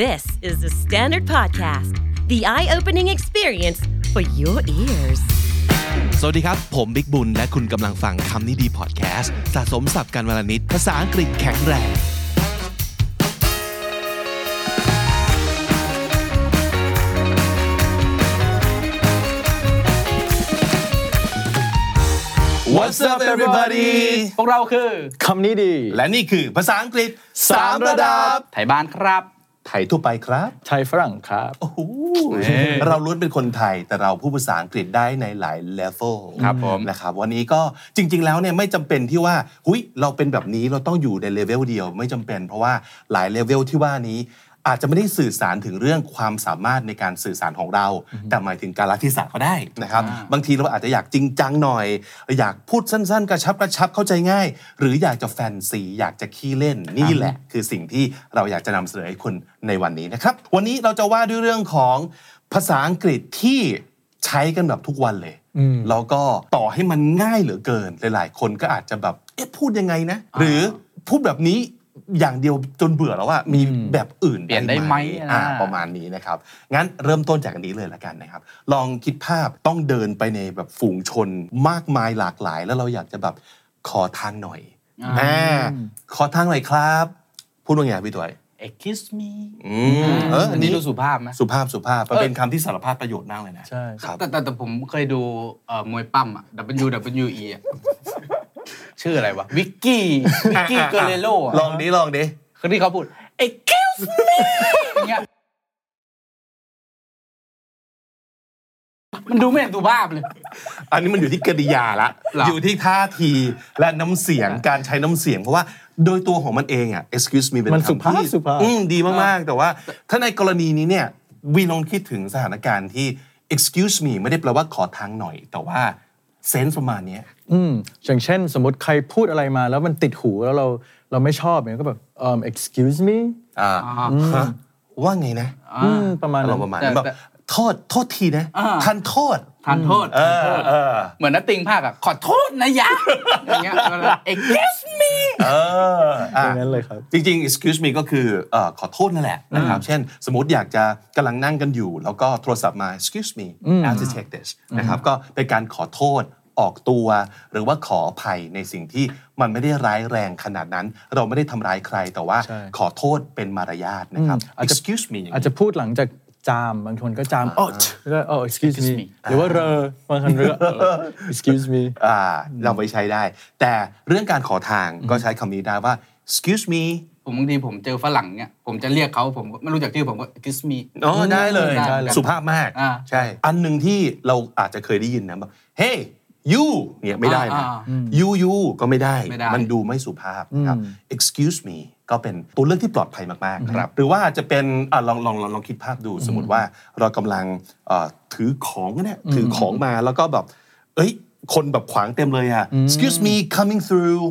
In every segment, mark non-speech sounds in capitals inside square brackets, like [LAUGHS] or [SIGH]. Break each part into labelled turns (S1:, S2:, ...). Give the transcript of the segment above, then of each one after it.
S1: This is the Standard Podcast, the eye opening experience for your ears.
S2: สวัสดีครับ ผมบิ๊กบุญ และคุณกำลังฟังคำนี้ดีพอดแคสต์สะสมสับการวลนิดภาษาอังกฤษแข็งแรง What's up everybody
S3: พวกเราคือ
S4: คำนี้ดี
S2: และนี่คือภาษาอังกฤษสามระดับ
S3: ไทยบ้านครับ
S2: ไทยทั่วไปครับ
S4: ไทยฝรั่งครับ
S2: โอ้โหเราล้วนเป็นคนไทยแต่เราพูดภาษาอังกฤษได้ในหลายเลเวล
S3: ครับผม
S2: นะครับวันนี้ก็จริง ๆ แล้วเนี่ยไม่จำเป็นที่ว่าหุยเราเป็นแบบนี้เราต้องอยู่ในเลเวลเดียว ไม่จำเป็น เพราะว่าหลายเลเวลที่ว่านี้ อาจจะไม่ได้สื่อสารถึงเรื่องความสามารถในการสื่อสารของเรา แต่หมายถึงการละทิศะก็ได้นะครับ
S3: อ่า
S2: บางทีเราอาจจะอยากจริงจังหน่อย อยากพูดสั้นๆ กระชับกระชับเข้าใจง่าย หรืออยากจะแฟนซีอยากจะขี้เล่นนี่แหละ คือสิ่งที่เราอยากจะนำเสนอให้คุณในวันนี้นะครับ วันนี้เราจะว่าด้วยเรื่องของภาษาอังกฤษที่ใช้กันแบบทุกวันเลย
S4: อืม
S2: แล้วก็ต่อให้มันง่ายเหลือเกิน หลายๆ คนก็อาจจะแบบเอ๊ะพูดยังไงนะ หรือพูดแบบนี้อย่างเดียวจนเบื่อแล้วว่ามีแบบอื่น
S3: เปลี่ยนได้ไหมอ่า
S2: อ่าประมาณนี้นะครับ งั้นเริ่มต้นจากอันนี้เลยละกันนะครับ ลองคิดภาพต้องเดินไปในแบบฝูงชนมากมายหลากหลาย แล้วเราอยากจะแบบขอทางหน่อย
S3: อ่า
S2: อ่าขอทางหน่อยครับ พูดว่าไงพี่ตัว
S3: excuse me
S2: อืมเอออัน
S3: นี้
S2: นี้
S3: ดูสุภาพไหม
S2: สุภาพสุภาพมัน
S3: เออ
S2: เป็นคำที่สารพัดประโยชน์มากเลยนะ
S4: ใช่
S2: ครับ
S3: แต่แต่แต่ผมเคยดูเอ่อมวยปั้มอะ WWE
S2: [LAUGHS]
S3: อะชื่ออะไรวะ วิกกี้ วิก
S2: [LAUGHS]
S3: กี้เกเรโลอะ
S2: ลองดิลองดิ
S3: คือที่เขาพูด excuse me [LAUGHS] อย่างเงี้ยมันดูไม่เห็นสุภาพเลย
S2: อันนี้มันอยู่ที่กริยาละ
S3: เหรอ
S2: อยู่ที่ท่าทีและน้ำเสียงการใช้น้ำเสียง เพราะว่าโดยตัวของมันเองอ่ะ excuse me เป็น
S4: มัน
S2: คำ
S4: สุภาพ
S2: ที่
S4: สุภาพ
S2: อืมดีมากๆ แต่ว่าถ้าในกรณีนี้เนี่ยวีลองคิดถึงสถานการณ์ที่ excuse me ไม่ได้แปลว่าขอทางหน่อย แต่ว่าเซนส์ประมาณเนี้ย
S4: อืมอย่างเช่น สมมติใครพูดอะไรมาแล้วมันติดหูแล้วเราเราไม่ชอบเนี่ยก็แบบเอิ่ม excuse me
S2: อ่าฮะว่าไงนะ
S4: อืมประมาณ
S2: อารม
S4: นั้น
S2: ณ์ประมาณ
S3: แต่
S2: นั้นแบบ
S3: แต่
S2: โทษโทษทีนะ
S3: อ่า
S2: ทันโทษ
S3: ทานโทษ
S2: เออเออ
S3: เหมือนนัตติงภาคอะขอโทษนะย [LAUGHS] ะอย่า
S2: [LAUGHS]
S3: งเงี้ย excuse me
S2: เอออ่ะ
S4: อย่างนั้นเลยครับ
S2: จริงๆ excuse me ก็คือเอ่อขอโทษนั่นแหละนะครับ เช่น สมมติอยากจะกำลังนั่งกันอยู่ แล้วก็โทรศัพท์มา excuse me I have to take this นะครับ ก็เป็นการขอโทษออกตัว หรือว่าขออภัยในสิ่งที่มันไม่ได้ร้ายแรงขนาดนั้น เราไม่ได้ทำร้ายใคร แต่ว่า
S4: ใช่
S2: ขอโทษเป็นมารยาทนะครับ excuse me อย่าง
S4: อาจ
S2: นี้
S4: จะพูดหลังจากจามบางคนก็จามอ๋อแล้วก็อ๋อ excuse me
S3: Excuse me
S4: หรือว่าเรอบางคน
S2: [LAUGHS]
S4: เรือ excuse me
S2: อ่าเราไปใช้ได้ แต่เรื่องการขอทางก็ใช้คำนี้ได้ว่า excuse me
S3: ผมบางทีผมเจอฝรั่งเนี่ยผมจะเรียกเขาผมไม่รู้จักชื่อผมก็ kiss me
S2: อ๋อได้เลย
S3: ได้เลย
S2: สุภาพมาก
S3: อ่า
S2: ใช่ อันหนึ่งที่เราอาจจะเคยได้ยินนะแบบ hey you เนี่ยไม่ได้นะ
S3: อ่า
S2: you you ก็ไม่ได้
S3: ไม่ได้
S2: มันดูไม่สุภาพนะครับ excuse me ก็เป็นตัวเลือกที่ปลอดภัยมากๆนะครับ หรือว่าจะเป็นอะลองลองลองลองคิดภาพดู สมมติว่าเรากำลังเอ่อถือของเนี่ยถือของมาแล้วก็แบบ เอ้ย คนแบบขวางเต็มเลยอะ excuse me coming through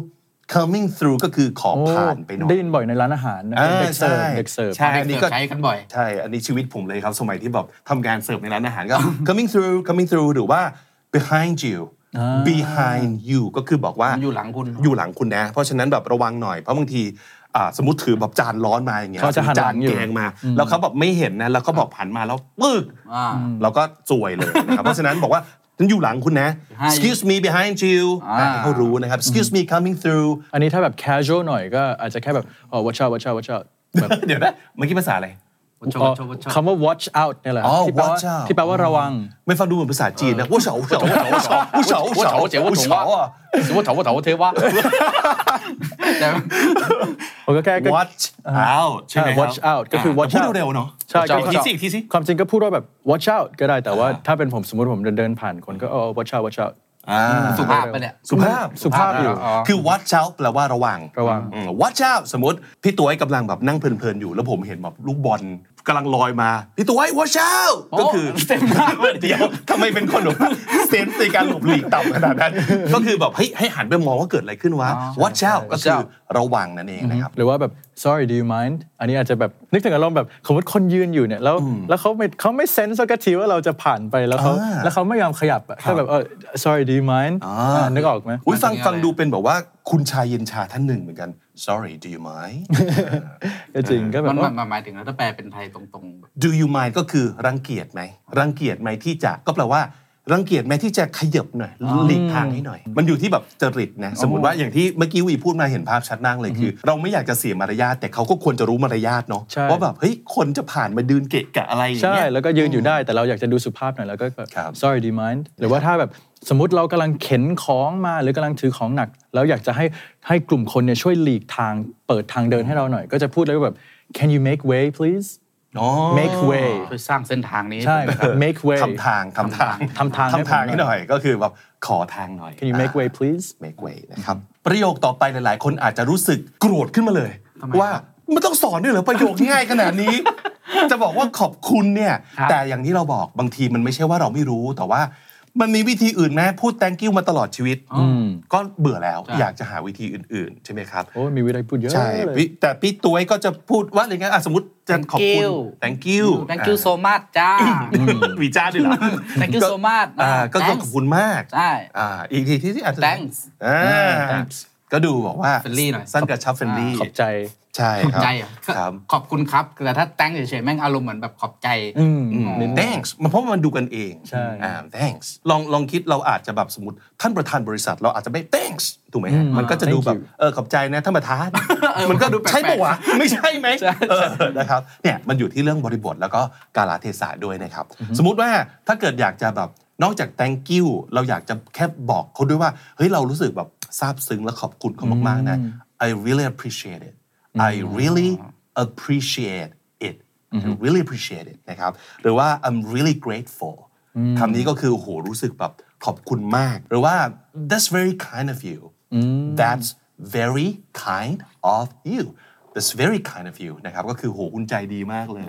S2: coming through ก็คือขอ
S4: โอ้
S2: ผ่านไปหน่อย
S4: ได้ยินบ่อยในร้านอาหารนะ
S2: อ่า
S4: เด็กเสิ
S2: ใช่
S4: ร์ฟเด็กเสิร์ฟ
S2: ใช่ อันนี้ก็
S3: ใช้กันบ่อย
S2: ใช่ อันนี้ชีวิตผมเลยครับ สมัยที่แบบทำงานเสิร์ฟในร้านอาหารก็ coming through coming through หรือว่า behind you
S4: อ่า
S2: behind you ก็คือบอกว่า
S3: ผมอยู่หลังคุณ
S2: อยู่หลังคุณนะ เพราะฉะนั้นแบบระวังหน่อย เพราะบางทีอ่าสมมติถือแบบจานร้อนมาอย่างเงี้ย
S4: เขาจะหัน
S2: จา
S4: หลั
S2: น
S4: งอยู่
S2: แกงมา แล้วเขาแบบไม่เห็นนะ แล้วเขาบอกหันมาแล้วปึ๊ก
S3: อ่า
S2: เราก็จวยเลยนะครับ เพราะฉะนั้นบอกว่าฉันอยู่หลังคุณนะ
S3: Behind
S2: excuse me behind you
S3: อ่า
S2: ให้เขารู้นะครับ excuse me coming through
S4: อันนี้ถ้าแบบ casual หน่อยก็อาจจะแค่แบบอ๋อ watch out watch out watch out
S2: [LAUGHS]
S4: แบบ
S2: เดี๋ยวนะเมื่อกี้ภาษาอะไร
S3: วัชช
S4: อ๋อ
S3: วัชชวัชช
S4: คำว่า watch out เนี่ยแหละครับ
S2: อ๋อ
S4: ที่แปลว่า
S2: watch out
S4: ที่แปลว่าระวัง
S2: ไม่ฟังดูเหมือนภาษาจีนนะว่าเฉาเฉาเฉาเฉาเฉาเฉาเฉาเฉาอ่ะ
S3: สมมติถาวรถาวรเทวะแต่
S4: ผมก็แค่
S2: [LAUGHS]
S4: ก็
S2: watch out ใช่ไหมครับ
S4: watch out ก็คือ watch
S2: พูด
S4: out
S2: เร็วๆเนาะ
S4: ใช่ก็
S2: ทีสิทีสิ
S4: ความจริงก็พูดว่าแบบ watch out ก็ได้แต่ว่าถ้าเป็นผมสมมติผมเดินเดินผ่านคนก็เอา watch out watch out
S3: สุภาพไปะเนี่ย
S2: สุภาพ
S4: สุภาพอยู่
S3: อ๋อ
S2: คือ watch out แปลว่าระวัง
S4: ระวัง
S2: อืม watch out สมมติ พี่ตัวไอ้กำลังแบบนั่งเพลินๆอยู่ แล้วผมเห็นแบบลูกบอลกำลังลอยมา พี่ตัวไอ้ watch out ก็คือ
S3: เต็มหน้าเลย
S2: เดียวทำไมเป็นคนแบบเซนส์ในการหลบหลีกต่ำขนาดนั้น ก็คือแบบเฮ้ยให้หันไปมองว่าเกิดอะไรขึ้นวะ watch out ก็คือระวังนั่นเองนะครับ
S4: หรือว่าแบบ sorry do you mind อันนี้อาจจะแบบนึกถึงอารมณ์แบบสมมติคนยืนอยู่เนี่ยแล้วแล้วเขาไม่เขาไม่เซนส์สักทีว่าเราจะผ่านไปแล้วเขา
S2: อ่า
S4: แล้วเขาไม่ยอมขยับอะแค่แบบเออ sorry do you mind
S2: อ่า
S4: อ่านึกออกไหม
S2: อุ้ยฟังฟังดูเป็นแบบว่าคุณชายเย็นชาท่านหนึ่งเหมือนกัน sorry do you mind
S4: ก็จริงก็แบ
S3: มัน
S4: บว่า
S3: มันหมายถึงแล้วถ้าแปลเป็นไทยตรงๆแบบ
S2: do you mind ก็คือรังเกียจไหมรังเกียจไหมที่จะก็แปลว่า รังเกียจไหมที่จะขยับหน่อยหลีกทางให้หน่อย มันอยู่ที่แบบจริตนะสมมติว่าอย่างที่เมื่อกี้วีพูดมาเห็นภาพชัดนั่งเลยคือ เราไม่อยากจะเสียมารยาทแต่เขาก็ควรจะรู้มารยาทเนาะ
S4: ใช่
S2: ว่าแบบเฮ้ยคนจะผ่านมาดืนเกะกะอะไรอย่าง
S4: ใช่
S2: เงี้ย
S4: แล้วก็ยืนอยู่ได้แต่เราอยากจะดูสุภาพหน่อยแล้วก็แบบ
S2: ครับ
S4: sorry do you mind หรือว่าถ้าแบบสมมติเรากำลังเข็นของมาหรือกำลังถือของหนัก แล้วอยากจะให้ให้กลุ่มคนเนี่ยช่วยหลีกทางเปิดทางเดินให้เราหน่อย ก็จะพูดแล้วก็แบบ can you make way please
S2: อ๋อ
S4: make way
S3: ช่วยสร้างเส้นทางนี้
S2: [LAUGHS]
S4: ใช่
S3: ห้ผมนะ
S4: ครับ make way
S2: ทำทางทำทาง
S4: ทำทางให้ผม
S2: ทำทางให้หน่อยก็คือแบบขอทางหน่อย
S4: can you make way please
S2: make way นะครับประโยคต่อไปหลาย ๆ คนอาจจะรู้สึกโกรธขึ้นมาเลย ว่ามันต้องสอนด้วยเหรอประโยคง่ายขนาดนี้ จะบอกว่าขอบคุณเนี่ย แต่อย่างที่เราบอกบางทีมันไม่ใช่ว่าเราไม่รู้แต่ว่า มันมีวิธีอื่นไหมพูด thank you มาตลอดชีวิต
S3: อ๋ออ
S2: ก็เบื่อแล้ว
S3: ใช่
S2: อยากจะหาวิธีอื่น ๆ ใช่ไหมครับ
S4: โอ้มีวิธีพูดเยอะ
S2: ใช่
S4: เลย
S2: พี่แต่พี่ตัวยก็จะพูดว่าอะไรเงี้ยอ่ะสมมติจะขอบคุณ
S3: Thank you
S2: thank you
S3: thank you so much จ้า
S2: [LAUGHS] วีจ้าด้วยเหรอ
S3: thank you so much
S2: อ่าก็คือ
S3: Thanks
S2: ขอบคุณมาก
S3: ใช่
S2: อ่าอีกทีที่ที่อาจจะ
S3: Thanks
S2: อ่า
S4: อ่า Thanks
S2: ก็ดูบอกว่า
S3: Friendly หน่อย
S2: สั้นกระชับเฟรนลี่
S4: ขอบใจ
S2: ใช่ครับ
S3: ใจอ่ะ
S2: ครับ
S3: ขอบคุณครับแต่ถ้าแตงเฉยๆแม่งอารมณ์เหมือนแบบขอบใจ
S4: อืม
S2: อืม thanks มันเพราะมันดูกันเอง
S4: ใช่
S2: อ่า thanks ลองลองคิดเราอาจจะแบบสมมติท่านประธานบริษัทเราอาจจะไม่ thanks ถูกไหมฮะมันก็จะดูแบบ เออขอบใจนะท่านประธาน
S3: เออ
S2: มันก็
S3: มันดูแปลกๆ
S2: ใช่ปะวะ [LAUGHS] ไม่ใช่ไหมเออนะครับเนี่ยมันอยู่ที่เรื่องบริบทแล้วก็กาลเทศะด้วยนะครับ สมมุติว่าถ้าเกิดอยากจะแบบนอกจาก thank you เราอยากจะแค่บอกเขาด้วยว่า เฮ้ยเรารู้สึกแบบซาบซึ้งและขอบคุณเขามากๆนะ I really appreciate it I really appreciate it I really appreciate it นะครับหรือว่า I'm really grateful คำนี้ก็คือโอ้โหรู้สึกแบบขอบคุณมาก หรือว่า that's very kind of you that's very kind of you that's very kind of you นะครับก็คือโหคุณใจดีมากเลย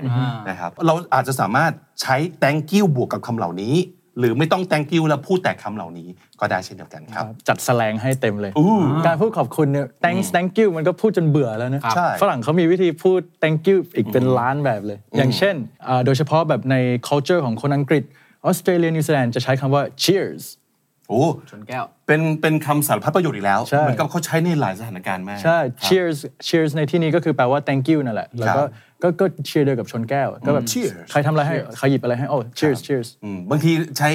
S2: นะครับเราอาจจะสามารถใช้ thank you บวกกับคำเหล่านี้ หรือไม่ต้อง thank you แล้วพูดแต่คำเหล่านี้ก็ได้เช่นเดียวกันครับ
S4: จัดแสลงให้เต็มเลย การพูดขอบคุณเนี่ย thanks thank you มันก็พูดจนเบื่อแล้วนะครับ
S2: ใช่
S4: ฝรั่งเขามีวิธีพูด thank you อีกเป็นล้านแบบเลย อย่างเช่นอ่าโดยเฉพาะแบบใน culture ของคนอังกฤษออสเตรเลียนิวซีแลนด์จะใช้คำว่า cheers
S2: โอ้
S3: ชนแก้ว
S2: เป็นเป็นคำสารพัดประโยชน์อีกแล้ว
S4: ใช่
S2: เหมือนกับเขาใช้ในหลายสถานการณ์มาก
S4: ใช่
S2: ครับ
S4: cheers cheers ในที่นี้ก็คือแปลว่า thank you นั่นแหละ แล้ว
S2: ค
S4: ก็
S2: รับ
S4: ก็ก็ cheer เดียวกับชนแก้ว ก็แบบ
S2: Cheers
S4: ใครทำอะไรให้ ใครหยิบอะไรให้ โอ้ cheers cheers
S2: อืมบางทีใช้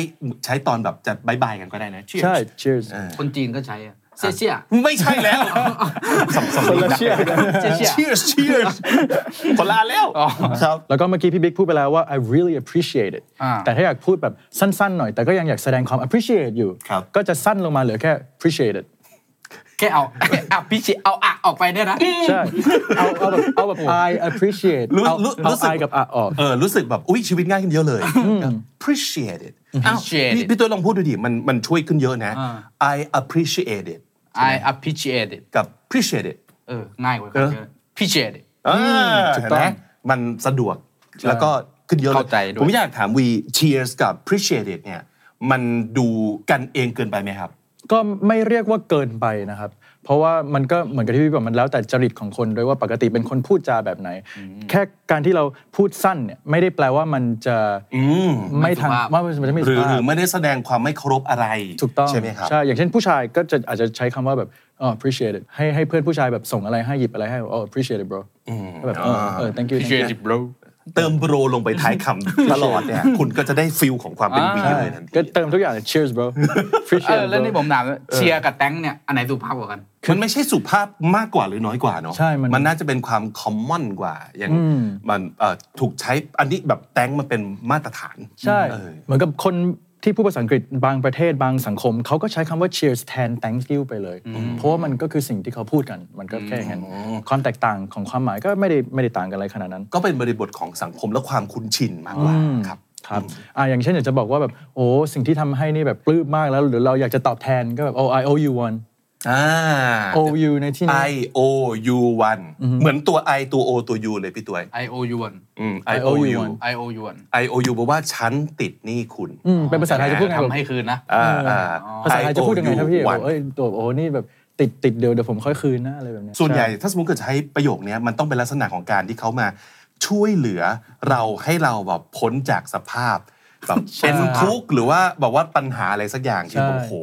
S2: ใช้ตอนแบบจะบายบายกันก็ได้นะ Cheers
S4: ใช่ cheers
S3: คนจีนก็ใช้อะเสียเสีย
S2: ไม่ใช่แล้วสำสำ
S4: คนละ
S2: นัก
S4: เชี่ยกัน
S3: Cheers
S2: Cheers Cheers คนละอันแล้วครับ
S4: แล้วก็เมื่อกี้พี่บิ๊กพูดไปแล้วว่า I really appreciate it
S3: อ่า
S4: แต่ถ้าอยากพูดแบบสั้น ๆ หน่อย แต่ก็ยังอยากแสดงความ appreciate อยู่
S2: ครับ
S4: ก็จะสั้นลงมาเหลือแค่ appreciate it
S3: แค่เอาแค่เอา [LAUGHS] พิชิเอาอะออกไปได้นะ
S4: ใช่ เอาเอาแบบเอาแบบ I appreciate
S2: รู้
S4: เอา
S2: รู้
S4: เอา
S2: รู้สึก
S4: I กับ R ออก
S2: เออรู้สึกแบบอุ้ยชีวิตง่ายขึ้นเยอะเลย appreciate it อ้าว
S3: Appreciate
S2: พี่
S3: it
S2: พี่ตัวลองพูดดูดิมันมันช่วยขึ้นเยอะนะ
S3: อ่
S2: I appreciate it
S3: I appreciate it
S2: กับ appreciate it
S3: เออ ง่ายกว่ากันเยอะ appreciate it
S2: อ่า
S4: ถูก
S2: เห็น
S4: ต้
S2: ไห
S4: อ
S2: ม
S4: ง
S2: มันสะดวกแล้วก็ขึ้นเยอะลย
S3: เข้าใจด้วย
S2: ผมอยากถามวี cheers กับ appreciate it เนี่ยมันดูกันเองเกินไปไหมครับ
S4: ก็ไม่เรียกว่าเกินไปนะครับ เพราะว่ามันก็เหมือนกับที่พี่บอกมันแล้วแต่จริตของคนด้วยว่าปกติเป็นคนพูดจาแบบไหน แค่การที่เราพูดสั้นเนี่ยไม่ได้แปลว่ามันจะไม่ทาง
S3: ไม่สุภาพ
S4: ว่ามันจะไม่
S2: หรือ
S4: สุ
S2: ห
S4: ภา
S2: รื
S4: พ
S2: อไม่ได้แสดงความไม่เคารพอะไร
S4: ถูกต้อง
S2: ใช่ไหมครับ
S4: ใช่ อย่างเช่นผู้ชายก็จะอาจจะใช้คำว่าแบบอ๋อ appreciate it ให้ให้เพื่อนผู้ชายแบบส่งอะไรให้หยิบอะไรให้อ๋อ appreciate it bro ก็แบบเออเออ thank you thank you
S3: appreciate it bro
S2: เติมโบรลงไปท้ายคำ ตลอดเนี่ย คุณก็จะได้ฟิลของความเป็นวี
S4: ใช่
S2: เลยทันที
S4: ก็เติมทุกอย่างเลย cheers bro [LAUGHS]
S3: เอ
S4: appreciate
S3: อ
S4: it
S3: แล้ว
S4: bro
S3: นี่ผมถามว่าเชียร์กับแตงเนี่ย อันไหนสุภาพกว่ากัน
S2: มันไม่ใช่สุภาพมากกว่าหรือน้อยกว่าเนาะ
S4: ใช่มัน
S2: น่าจะเป็นความคอมมอนกว่า อย่างมันเอ่อถูกใช้อันนี้แบบแตงมันเป็นมาตรฐาน
S4: ใช่
S2: เออ
S4: เหมือนกับคนที่พูดภาษาอังกฤษบางประเทศบางสังคม เขาก็ใช้คำว่า cheers แทน thank you ไปเลย เพราะว่ามันก็คือสิ่งที่เขาพูดกัน มันก็แค่อย่างนั้นความแตกต่างของความหมายก็ไม่ได้ไม่ได้ต่างกันอะไรขนาดนั้น
S2: ก็เป็นบริบทของสังคมและความคุ้นชินมากกว่าครับ
S4: ครับอ่าอย่างเช่นอยากจะบอกว่าแบบโอ้สิ่งที่ทำให้นี่แบบปลื้มมากแล้วหรือเราอยากจะตอบแทนก็แบบโอ้ I owe you one
S2: อ่า
S4: owe you ในที่นี้
S2: I O U 1เหมือนตัว I ตัว O ตัว U เลยพี่ตัวย
S3: I O U 1
S2: อืม
S4: I
S2: I
S4: O
S2: O
S4: U
S2: U
S3: I O U 1
S2: I O U แปลว่าฉันติดหนี้คุณ
S4: อืมเป็นภาษาไทยจะพูดไงแบบ
S3: ทำให้คืนนะ
S2: อ่าอ่า
S4: ภาษาไทยจะพูดยังไงครับพี่
S2: I O U
S4: บอก
S2: 1
S4: เอ้ยตัวโอ้นี่แบบติดติดเดี๋ยวเดี๋ยวผมค่อยคืนนะอะไรแบบเนี้ย
S2: ส่วนใหญ่
S4: ช่
S2: ถ้าสมมติเกิดใช้ประโยคเนี้ยมันต้องเป็นลักษณะของการที่เขามาช่วยเหลือเราให้เราแบบพ้นจากสภาพแบบเป็นทุกข์หรือว่าแบบว่าปัญหาอะไรสักอย่างที่
S4: ใช่
S2: ผมโห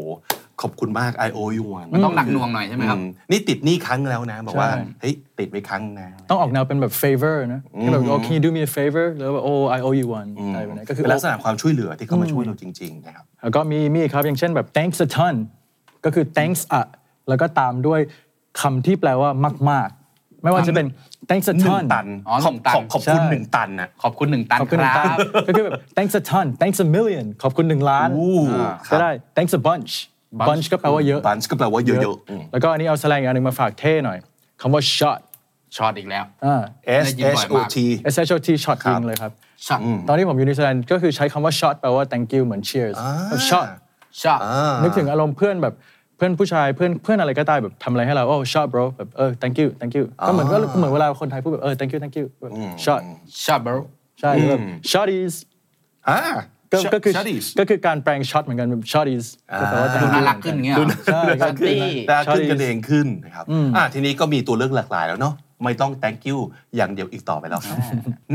S2: ขอบคุณมาก I owe you one
S3: มันต้องหนักหน่วงหน่อยใช่ไหมครับ
S2: อืนี่ติดหนี้ครั้งแล้วนะ บอกว่า
S4: ใช่
S2: เฮ้ยติดไว้ครั้งนะ
S4: ต้องออกแนวเป็นแบบ favor นะที่แบบโอ้ can you do me a favor แล้วแบบโอ้ I owe you one
S2: อืม
S4: อะไรแบบนี้ก็คือ
S2: เป็นลักษณะความช่วยเหลือที่เขามาช่วยเราจริงๆนะครับ
S4: แล้วก็มีมีอีกครับ อย่างเช่นแบบ thanks a ton ก็คือ thanks a แล้วก็ตามด้วยคำที่แปลว่ามาก ๆ ไม่ว่าจะเป็น thanks a
S2: หนึ่ง
S4: ton
S2: ตัน
S3: อ๋อ
S2: ขอบ
S3: ห
S2: ขอบขอบคุณห
S3: นึ่งตัน
S4: ใช่
S2: นึ่งตันนะ
S3: ขอบคุณหนึ่งตัน
S4: ขอบ
S3: ค
S4: คุณหนึ่
S3: รั
S4: งตัน
S3: บ
S4: ก็คือแบบ thanks a ton thanks a million ขอบคุณหนึ่งล้าน
S2: อู้
S3: อ่า
S2: ค
S4: ก็
S2: รับ
S4: ได้ thanks a bunch
S3: bunch
S4: bunch ก็แปลว่าเยอะ
S2: บันก็แปลว่าเยอะๆอืม
S4: แล้วก็อันนี้เอาแสแลงอีกอันหนึงมาฝากเท่หน่อยคำว่า shot
S3: ช็อตอีกแล้ว
S4: อ่า
S2: S
S3: ได้ยินบ่
S2: H
S3: อย
S2: O
S3: มาก
S2: T
S4: S H O T shot ยิงเลยครับ
S3: ช็อต
S4: ตอนที่ผมอยู่นิวซีแลนด์ก็คือใช้คำว่า shot แปลว่า thank you เหมือน cheers แบบ shot
S3: ช็อต
S2: อ่า
S4: นึกถึงอารมณ์เพื่อนแบบเพื่อนผู้ชายเพื่อนเพื่อนอะไรก็ได้แบบทำอะไรให้เราโอ้ shot bro แบบเออ thank you thank you ก็เหมือนก็เหมือนเวลาคนไทยพูดแบบเออ thank you thank you แบบ shot
S3: ช็อตเบล
S4: ใช่หรือแบบ shotties
S2: อ่า
S4: ก็ก็คือ
S2: ชัดดิส
S4: ก็คือการแปลง shot เหมือนกันแบบ shotties ก็แปลว่า
S3: ดู
S4: thank
S3: น่า
S4: you
S3: รักขึ้นอย่างเงี้ยเหรอ
S4: ใช่ค
S3: ช็
S4: รับ
S3: อตตี้
S2: แต่ขึ้นกันเองขึ้นนะครับอ่าทีนี้ก็มีตัวเลือกหลากหลายแล้วเนาะไม่ต้อง thank you อย่างเดียวอีกต่อไปแล้วครับ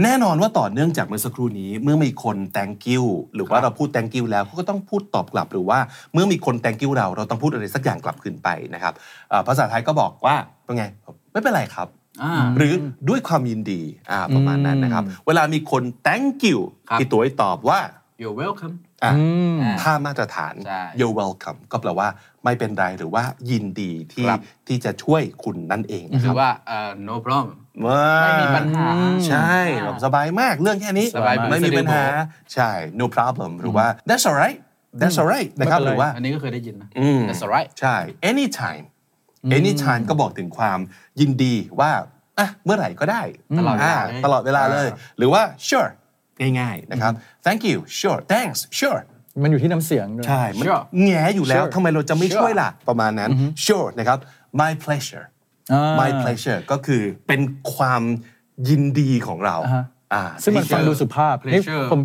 S2: แน่นอนว่าต่อเนื่องจากเมื่อสักครู่นี้ เมื่อมีคน thank you หรือว่าเราพูด thank you แล้วเขาก็ต้องพูดตอบกลับหรือว่าเมื่อมีคน thank you เราเราต้องพูดอะไรสักอย่างกลับคืนไปนะครับอ่าภาษาไทยก็บอกว่าเป็นไงไม่เป็นไรครับ
S3: อ่า
S2: หรือด้วยความยินดีอ่าประมาณนั้นนะครับ เวลามีคน thank you
S3: ครับ
S2: พี่ตัวให้ตอบว่า
S3: you're welcome
S2: อ่ะ
S4: อืม
S3: อ่า
S2: ถ้ามาตรฐาน
S3: ใช่
S2: you're welcome ก็แปลว่าไม่เป็นไรหรือว่ายินดีที่
S3: ครับ
S2: ที่จะช่วยคุณนั่นเองนะ
S3: ห
S2: ค
S3: รื
S2: รับ
S3: อว่าเอ่อ no problem
S2: ว้า
S3: ไม่มีปัญหา
S2: ใช่แบบสบายมากเรื่องแค่นี้
S3: สบายมาก
S2: ไม่มีปัญหา
S3: สะดว
S2: ใช่ no problem หรือว่า that's alright that's alright นะครับ
S4: ไม่เป็
S2: ห
S4: นไร
S2: รือว่า
S3: อันนี้ก็เคยได้ยินนะ
S2: อืม
S3: that's alright
S2: ใช่ anytime anytime ก็บอกถึงความยินดีว่าอ่ะเมื่อไหร่ก็ได้
S3: ตลอดเวลา
S2: อ่
S3: เลย
S2: ตลอดเวลาเลย
S3: อ่า
S2: หรือว่า sure ง่ายๆนะครับ thank you sure thanks sure
S4: มันอยู่ที่น้ำเสียงด้วย
S2: ใช่มัน
S3: Sure
S2: แง่อยู่แล้ว
S4: Sure
S2: ทำไมเราจะไม่ช่วยล่ะ ประมาณนั้น sure นะครับ my pleasure
S4: อ่า
S2: my pleasure ก็คือเป็นความยินดีของเรา
S4: อ่าฮะ
S2: อ่า
S4: ซึ่งมันฟังดูสุภาพ
S3: Pleasure
S4: นี่ผม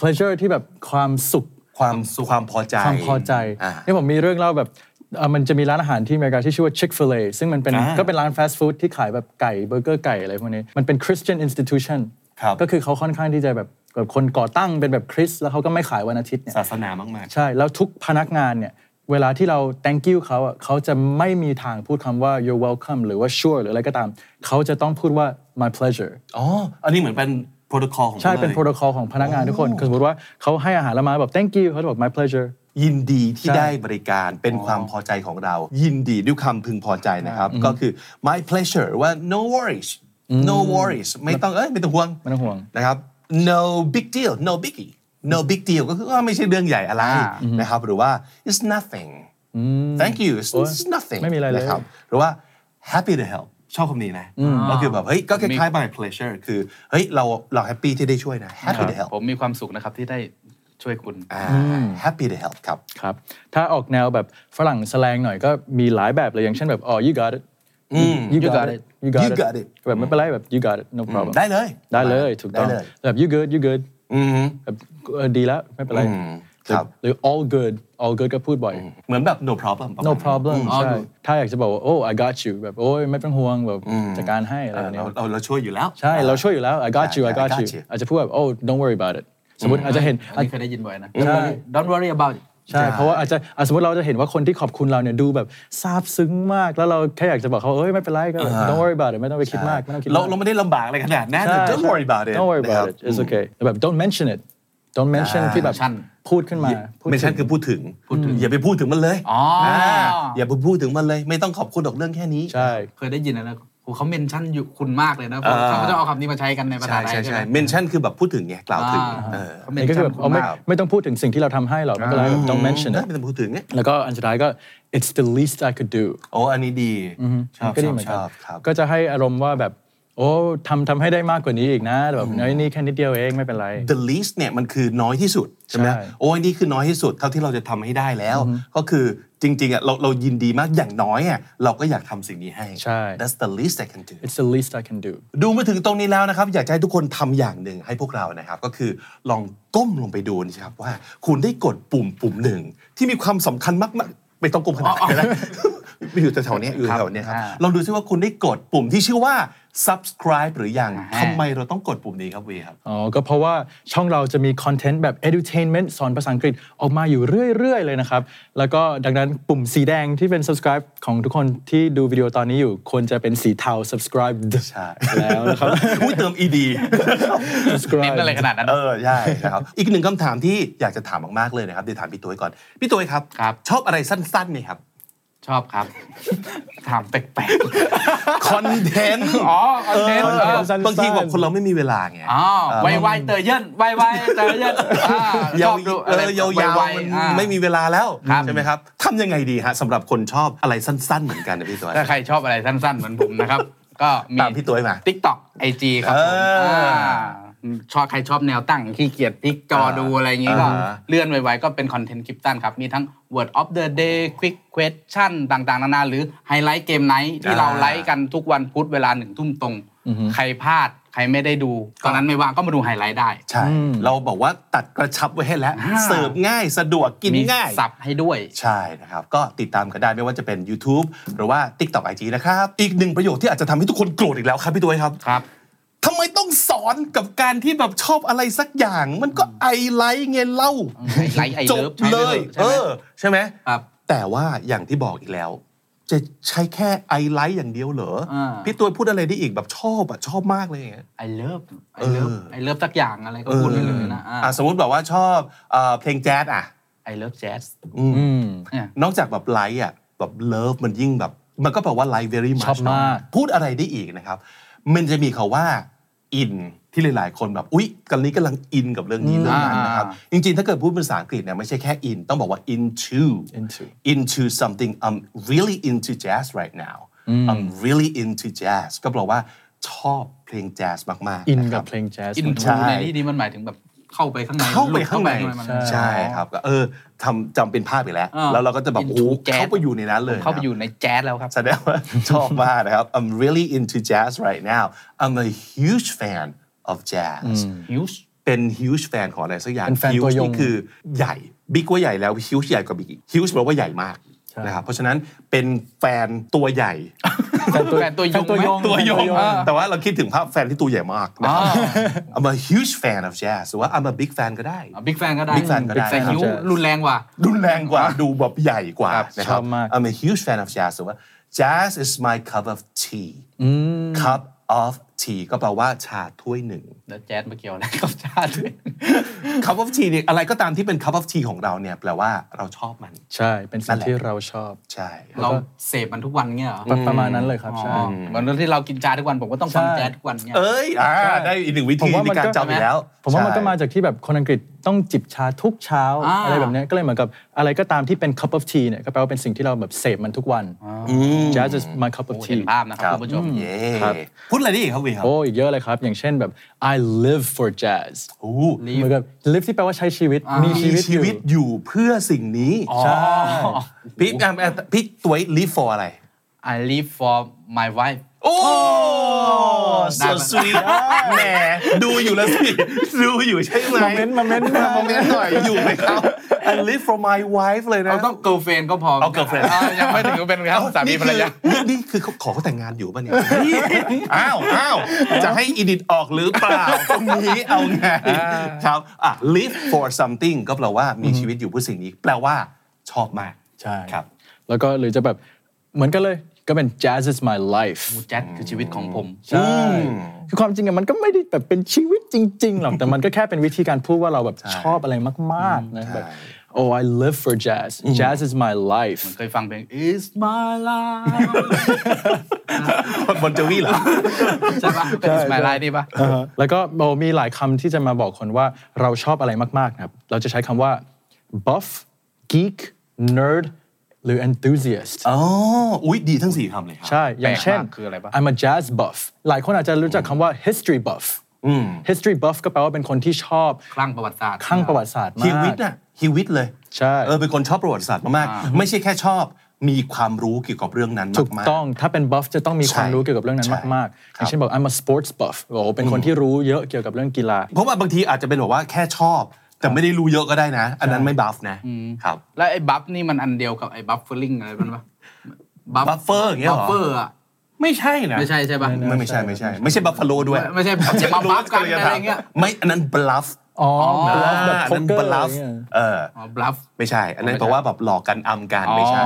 S4: pleasure ที่แบบความสุข
S2: ความความพอใจ
S4: ความพอใจ
S2: า
S4: นี่ผมมีเรื่องเล่าแบบเอ่อมันจะมีร้านอาหารที่อเมริกาที่ชื่อว่า Chick-fil-A ซึ่งมันเป็น
S2: อ่า
S4: ก็เป็นร้านฟาสต์ฟู้ดที่ขายแบบไก่เบอร์เกอร์ไก่อะไรพวกนี้ มันเป็น Christian institution
S2: ครับ
S4: ก็คือเขาค่อนข้างที่จะแบบแบบคนก่อตั้งเป็นแบบคริสต์แล้วเขาก็ไม่ขายวันอาทิตย์เนี่ย
S2: ศาสนามาก
S4: ใช่ แล้วทุกพนักงานเนี่ย เวลาที่เรา thank you เขาอะเขาจะไม่มีทางพูดคำว่า you're welcome หรือว่า sure หรืออะไรก็ตาม เขาจะต้องพูดว่า my pleasure
S2: ๆ อ๋อ อันนี้เหมือนเป็นโปรโตคอลของ
S4: ใช่
S2: ขาลย
S4: เป็นโปรโตคอลของพนักงานทุกคนคือสมมติว่าเขาให้อาหารเรามาแบบ thank you เขาจะบอก my pleasure
S2: ยินดีที่
S4: ใช่
S2: ได้บริการเป็นความพอใจของเรา ยินดีด้วยคำพึงพอใจนะครับ ก็คือ my pleasure ว่า no worries no worries ไม่ต้องเอ้ยไม่ต้องห่วง
S4: ไม่ต้องห่วง
S2: นะครับ no big deal no biggie no big deal ก็คือว่าไม่ใช่เรื่องใหญ่อะไร
S3: อ่า
S2: นะครับ หรือว่า it's nothing thank you it's, it's nothing
S4: ไม่มีอะไรเลย
S2: นคบหรือว่า happy to help ชอบคำนี้นะก็คือแบบเฮ้ยก็คล้ายๆ my pleasure คือเฮ้ยเราเรา happy ที่ได้ช่วยนะ happy to help
S3: ผมมีความสุขนะครับที่ได้ช่วยคุณ
S2: อ่า happy to help ครับ
S4: ครับถ้าออกแนวแบบฝรั่งสแลงหน่อยก็มีหลายแบบเลยอย่างเช่นแบบอ๋อ you got it you got it
S2: You
S4: you
S2: got
S4: got
S2: it
S4: it แบบไม่เป็นไรแบบ you got it no problem
S2: ได้เลย
S4: ได้เลยถูกต้อง
S2: ได้เลย
S4: แบบ you good you good แบบเออดีแล้วไม่เป็นไร
S2: ครับ
S4: หรือ all good all good ก็พูดบ่อย
S2: เหมือนแบบ no problem ประมาณ
S4: no
S2: นั้น
S4: problem ใช่ถ้าอยากจะบอกว่า oh I got you แบบโอ้ยไม่ต้องห่วงแบบจัดการให้อะไร
S2: เออบ
S4: แบ
S2: เรา
S4: เนี้ย
S2: เราเราช่วยอยู่แล้ว
S4: ใช่ เราช่วยอยู่แล้ว I got you I
S2: I
S4: got
S2: got
S4: you
S2: you
S4: อาจจะพูดแบบ oh don't worry about it สมมติอาจจะเห็น
S3: อันนี้เคยได้ยินบ่อยนะ
S4: ใช่
S3: don't worry about it
S4: ใช่ เพราะว่าอาจจะอ่ะสมมติเราจะเห็นว่าคนที่ขอบคุณเราเนี่ยดูแบบซาบซึ้งมาก แล้วเราแค่อยากจะบอกเขาเอ้ย ไม่เป็นไรก็ don't worry about it ไม่ต้องไปคิดมาก ไม่ต้องคิด
S2: เรา
S4: มาก
S2: เราไม่ได้ลำบากอะไรขนาดนั้น
S4: ใช่
S2: don't worry about it
S4: don't worry
S2: นะครั
S4: about
S2: บ
S4: it it's okay แต่แบบ don't mention it don't mention ที่แบบ
S3: mention
S4: พูดขึ้นมาพูด
S2: ไม่ใช่
S4: ถึง
S2: คือพูดถึงอย่าไปพูดถึงมันเลย
S3: อ๋ออ่
S2: าอย่าไปพูดถึงมันเลย ไม่ต้องขอบคุณหรอกเรื่องแค่นี้
S4: ใช่
S3: เคยได้ยินนะแล้วโหเขาเมนชั่นอยู่คุณมากเลยนะเพราะ
S2: อ่า
S3: เขาจะเอาคำนี้มาใช้กันในภา
S2: ใช่
S3: ษาไทย
S2: ใช่
S3: ใช่
S2: ใช่
S3: ไหม
S2: เมนชั่นคือแบบพูดถึงไงกล่าวถึงเออ
S3: เขาเมน
S4: นี่ก็คื
S3: ชั่
S4: อน แบบ
S3: คุ
S4: เอา
S3: ณ
S4: ไม่
S3: มาก
S4: ไม่ต้องพูดถึงสิ่งที่เราทำให้หรอกไม่เป็นไรแบบ don't mention
S2: เออ
S4: it
S2: ไม่ต้องพูดถึงไง
S4: แล้วก็อันสุดท้ายก็ it's the least I could do
S2: โอ้อันนี้ดีชอบ
S4: ก็
S2: ช
S4: ดี
S2: อบ
S4: เหมือน
S2: ช
S4: กัน
S2: อบครับ
S4: ก็จะให้อารมณ์ว่าแบบ โอ้ทำทำให้ได้มากกว่านี้อีกนะแบบน้อยนี่แค่นิดเดียวเองไม่เป็นไร
S2: the least เนี่ยมันคือน้อยที่สุดใช่ไหม
S4: ใช่
S2: โอ้ยนี่คือน้อยที่สุดเท่าที่เราจะทำให้ได้แล้ว ก็คือจริงๆอ่ะเราเรายินดีมากอย่างน้อยอ่ะเราก็อยากทำสิ่งนี้ให้
S4: ใช่
S2: that's the least I can do
S4: it's the least I can do
S2: ดูมาถึงตรงนี้แล้วนะครับ อยากจะให้ทุกคนทำอย่างหนึ่งให้พวกเรานะครับ ก็คือลองก้มลงไปดูนะครับว่าคุณได้กดปุ่มปุ่มหนึ่งที่มีความสำคัญมาก ๆ ไม่ต้องก้มขนาดนั้นก็ได้ ไม่ [LAUGHS] อยู่แถวๆเนี้ยอยู่แถวๆเนี้ยครับ
S3: อ่า
S2: ลองดูซิว่าคุณได้กดปุ่มที่ชื่อว่า subscribe หรือยัง
S3: อ่าฮะ
S2: ทำไมเราต้องกดปุ่มนี้ครับวีครับ
S4: อ๋อ ก็เพราะว่าช่องเราจะมีคอนเทนต์แบบ edutainment สอนภาษาอังกฤษออกมาอยู่เรื่อย ๆ เลยนะครับ แล้วก็ดังนั้นปุ่มสีแดงที่เป็น subscribe ของทุกคนที่ดูวิดีโอตอนนี้อยู่ ควรจะเป็นสีเทา subscribe
S2: ใช่ [LAUGHS]
S4: แล้วนะครับ
S2: อุ้ยเติม ed
S3: เน้
S4: subscribe
S3: นอะไรขนาดนั้น
S2: เออใช่นะครับ อีกหนึ่งคำถามที่อยากจะถามมากๆเลยนะครับเดี๋ยวถามพี่ตุ้ยก่อน พี่ตุ้ยครับ
S3: ครับ
S2: ชอบอะไรสั้นๆนี่ครับ
S3: ชอบครับ ถามแปลก
S2: คอนเทนต์
S3: ๆ อ๋อคอนเทนต์
S4: เออ
S2: บางทีแบบคนเราไม่มีเวลาไง
S3: อ๋อไวไวเตยเยินไวไวเตยเยินอ่าย
S2: า
S3: ช
S2: ว
S3: อบดู
S2: เอ
S3: อะไร
S2: อยาว
S3: ไว
S2: ๆมัน
S3: ๆอ่า
S2: ไม่มีเวลาแล้ว
S3: ครับ
S2: ใช่ไหมครับทำยังไงดีฮะสำหรับคนชอบอะไรสั้นๆเหมือนกันนะพี่ตัว
S3: ถ้าใครชอบอะไรสั้นๆ เหมือนผมนะครับ ก็มี
S2: ตามพี่ตัวมา
S3: ทิกตอกไอจีครับ
S2: เอ
S3: ผม
S2: ออ่
S3: าชอบใครชอบแนวตั้งขี้เกียจพลิกจอดูอะไรอย่างงี้ก็
S2: อ่าฮะ
S3: เลื่อนไวๆก็เป็นคอนเทนต์คลิปสั้นครับ มีทั้ง Word of the Day Quick Question ต่างๆ นานาหรือไฮไลท์เกมไนท์ที่
S2: อ่า
S3: เราไลฟ์กันทุกวันพุธเวลาหนึ่งทุ่มตรง
S4: อือฮึ
S3: ใครพลาด ใครไม่ได้ดู ตอนนั้นไม่ว่างก็มาดูไฮไลท์ได้
S2: ใช่
S4: อืม
S2: เราบอกว่าตัดกระชับไว้ให้แล้ว
S3: อ่า
S2: เสิร์ฟง่ายสะดวกกิน
S3: มี
S2: ง่าย
S3: สับให้ด้วย
S2: ใช่นะครับ ก็ติดตามกันได้ไม่ว่าจะเป็น YouTube หรือว่า TikTok IG นะครับ อีกหนึ่งประโยคที่อาจจะทำให้ทุกคนโกรธอีกแล้วครับพี่ตัวครับ
S3: ครับ
S2: ทำไมต้องสอนกับการที่แบบชอบอะไรสักอย่าง มันก็ไอไลท์ไงเล่า
S3: ไอไลท์ไอ
S2: จ
S3: เลิ
S2: บ
S3: ฟใช่ไหม
S2: เลยเอ
S3: ใช่ไหม
S2: อใช่ไหม
S3: ครับ
S2: แต่ว่าอย่างที่บอกอีกแล้ว จะใช้แค่ไอไลท์อย่างเดียวเหรอ
S3: อ่า
S2: พี่ตัวพูดอะไรได้อีกแบบชอบอะชอบมากเลยอย่างเงี้ย
S3: ไอเลิฟไอเลิฟ
S2: เออ
S3: ไอเลิฟสักอย่างอะไรก็พูดไปเลยนะ
S2: อ่ะสมมติแบบว่าชอบเอ่อเพลงแจ๊สอ่ะ
S3: ไอเลิฟแจ๊ส
S2: อืม
S4: อืม
S3: เนี่ย
S2: นอกจากแบบไลท์อ่ะแบบเลิฟมันยิ่งแบบ มันก็แปลว่าไลท์ very much
S4: ชอบมาก
S2: เนอะพูดอะไรได้อีกนะครับ มันจะมีคาว่าอินที่หลาย ๆ คนแบบอุ๊ยกันนี้กำลังอินกับเรื่องนี้เรื่องนั้นนะครับ จริง ๆ ถ้าเกิดพูดเป็นภาษาอังกฤษเนี่ยไม่ใช่แค่อินต้องบอกว่า into
S4: into
S2: into something I'm really into jazz right now I'm really into jazz ก็แปลว่าชอบเพลงแจ๊สมากๆ
S4: อินะ
S2: ค
S4: กั
S2: รั
S4: บเพลงแจ๊ส
S3: อิน
S2: ใช่
S3: ทูในที่นี้มันหมายถึงแบบเข้าไปข้างใน
S2: เข้าไป
S3: หลุด
S2: ข้างใน
S3: มัน
S2: ใช่ครับก็เออทำจำเป็นภาพไปแล้ว
S3: อ่า
S2: แล้วเราก็จะแบบโอ้โห
S3: into jazz
S2: เข้าไปอยู่ในนั้น
S3: ผ
S2: เลย
S3: ม
S2: นะ
S3: เข้าไปอยู่ในแจ๊สแล้วครับ
S2: แสดงว่า ชอบมากนะครับ I'm really into jazz right now I'm a huge fan of jazz
S3: ฮิวส์
S2: เป็น huge fan ของอะไรสักอย่าง
S4: เป็นแฟน
S2: huge
S4: ตัวยง
S2: นี่คือใหญ่ big ว่าใหญ่แล้ว huge ใหญ่กว่า big อีก huge แปลว่าใหญ่มาก
S4: ใช่
S2: นะครับเพราะฉะนั้นเป็นแฟนตัวใหญ่
S3: แฟนตัวยง
S4: แฟน [LAUGHS] ตัวยง
S3: ไหม
S2: ตัวยง
S3: อ่า
S2: แต่ว่าเราคิดถึงภาพแฟนที่ตัวใหญ่มากนะ
S3: อ๋อ
S2: ครับ I'm a huge fan of jazz หรือว่า I'm a big fan ก็ได้
S3: บิ๊กแฟนก็ได้
S2: Big fan ก็ได้
S3: แต่ฮิวส์รุนแรงกว่า
S2: รุนแรงกว่าดูแบบใหญ่กว่านะครั
S4: ชอบมาก
S2: I'm a huge fan of jazz หรือว่า jazz is my cup of tea cup of tea ก็แปลว่าชาถ้วยหนึ่ง
S3: แล้วแจ๊สมาเกี่ยวอะไรกับชาติด้วย
S2: cup of tea เนี่ยอะไรก็ตามที่เป็น cup of tea ของเราเนี่ยแปลว่าเราชอบมัน
S4: ใช่ เป็นสิ่งที่เราชอบ
S2: ใช่
S3: เราเสพมันทุกวันเงี้ยเหรอ
S4: ประประมาณนั้นเลยครับ
S3: อ๋อ
S4: ใช่
S3: เหมือนที่เรากินชาทุกวันผมก็ต้องฟัง
S4: ใช่
S3: แจ๊สทุกวันเงี้ย
S2: เอ้ยอ่าได้อีกหนึ่งวิธีในการจำอีกแล้ว
S4: ผมว่ามัน
S2: ใช่
S4: ก็มาจากที่แบบคนอังกฤษต้องจิบชาทุกเช้า
S3: อ่า
S4: อะไรแบบเนี้ยก็เลยเหมือนกับอะไรก็ตามที่เป็น cup of tea เนี่ยก็แปลว่าเป็นสิ่งที่เราแบบเสพมันทุกวัน jazz is my cup
S3: โอ้
S4: of
S3: เห็น
S4: tea
S3: ภาพนะครับคุณผู้ชม
S2: เย้พูดอะไรได้อีกครับวีครับ
S4: โอ้อีกเยอะเลยครับ อย่างเช่นแบบ I live for jazz
S2: โอ้
S3: Live
S4: เหมือนกับ live ที่แปลว่าใช้ชีวิต มี
S2: มี
S4: ชีวิตอ
S2: ชี
S4: ยู่
S2: วิตอยู่เพื่อสิ่งนี้
S4: ใช่
S2: พี่อ่ะอ่ะพี่ตัวลีฟอร์อะไร
S3: I live for my wife
S2: โอ้ so
S3: ได้ปะ
S2: sweet แหมดูอยู่แล้วสิ ดูอยู่ใช่ไหม
S4: มาเม้นต์มาเม้นต์
S2: มาเม้นต์หน่อยอยู่ไหมครับ I live for my wife เลยนะ
S3: เราต้อง girlfriend ก็พอ
S2: เอา girlfriend
S3: อยังไม่ถึงเป็นครับสามีภรรยา
S2: นี่คือนี่คือเขาขอเขาแต่งงานอยู่ป่ะเนี่ย อ้าวอ้าวจะให้อีดิทออกหรือเปล่าตรงนี้เอาไงครับอ่ะ live for something ก็แปลว่ามีชีวิตอยู่เพื่อสิ่งนี้ แปลว่าชอบมาก
S4: ใช่
S2: ครับ [LAUGHS]
S4: แล้วก็หรือจะแบบเหมือนกันเลยก็เป็น jazz is my life
S3: แจ๊สคือชีวิตของผม
S4: ใช่ คือความจริงอะมันก็ไม่ได้แบบเป็นชีวิตจริง ๆ หรอก แต่มันก็แค่เป็นวิธีการพูดว่าเราแบบชอบอะไรมาก ๆ นะแบบ oh I live for jazz jazz is my life
S3: เคยฟังเพลง Is My Life
S2: บนเจวี่เหรอ
S3: ใช่ปะเป็น Is My Life นี่ปะ
S4: เออแล้วก็โบมีหลายคำที่จะมาบอกคนว่าเราชอบอะไรมาก ๆ นะครับ เราจะใช้คำว่า buff geek nerd หรือ enthusiast
S2: อ๋อ อุ๊ย ดีทั้งสี่คำเลยครั
S4: ใช่ อย่างเช่น
S3: แปลกมากคืออะไรปะ
S4: I'm a jazz buff หลายคนอาจจะรู้จักคำว่า history buff history buff ก็แปลว่าเป็นคนที่ชอบ
S3: คลั่งประวัติศาสตร์
S4: ข้างประวัติศาสตร์มา
S2: ฮิวิ
S4: ก
S2: ตอ่ะฮิวิตเลย
S4: ใช่
S2: เออเป็นคนชอบประวัติศาสตร์มากๆไม่ใช่แค่ชอบมีความรู้เกี่ยวกับเรื่องนั้นมากๆ
S4: ถูกต้องถ้าเป็นบัฟจะต้องมีความ
S2: ใช่
S4: รู้เกี่ยวกับเรื่องนั้น
S2: ใช่
S4: มากๆ
S2: ครับ
S4: อย่างเช่นบอก I'm a sports buff โอ้โหเป็นคนที่รู้เยอะเกี่ยวกับเรื่องกีฬา
S2: เพราะว่าบางทีอาจจะเป็นแบบว่าแค่ชอบ แต่ไม่ได้รู้เยอะก็ได้นะ อันนั้นไม่บัฟนะครับ
S3: แล้วไอ้บัฟนี่มันอันเดียวกับไอ้บัฟเฟอร์ลิงอะไรมันปะ บัฟ
S2: บัฟเฟอร์อย่างเงี้ย
S3: บั
S2: เหรอ
S3: ฟเฟอร์อะ
S2: ไม่ใช่นะ
S3: ไม่ใช่ใช่ปะ
S2: ไม่ไม่ใช่ไม่ใช่ ไม่ใช่บัฟฟาโลด้วย
S3: ไม่ไม่ใช่จะมาบัฟกันอะไรเงี้ย
S2: ไม่อันนั้นบลัฟ
S4: อ๋ออ bluff แบบ
S2: อัน
S4: poker
S2: นั้นบลัฟ
S4: อะไรเงี้ย
S2: เออ
S3: อ๋อบัฟ
S2: ไม่ใช่ อันนั้นแปลว่าแบบหลอกกันอำกัน
S3: อ๋อ
S2: ไม่ใช่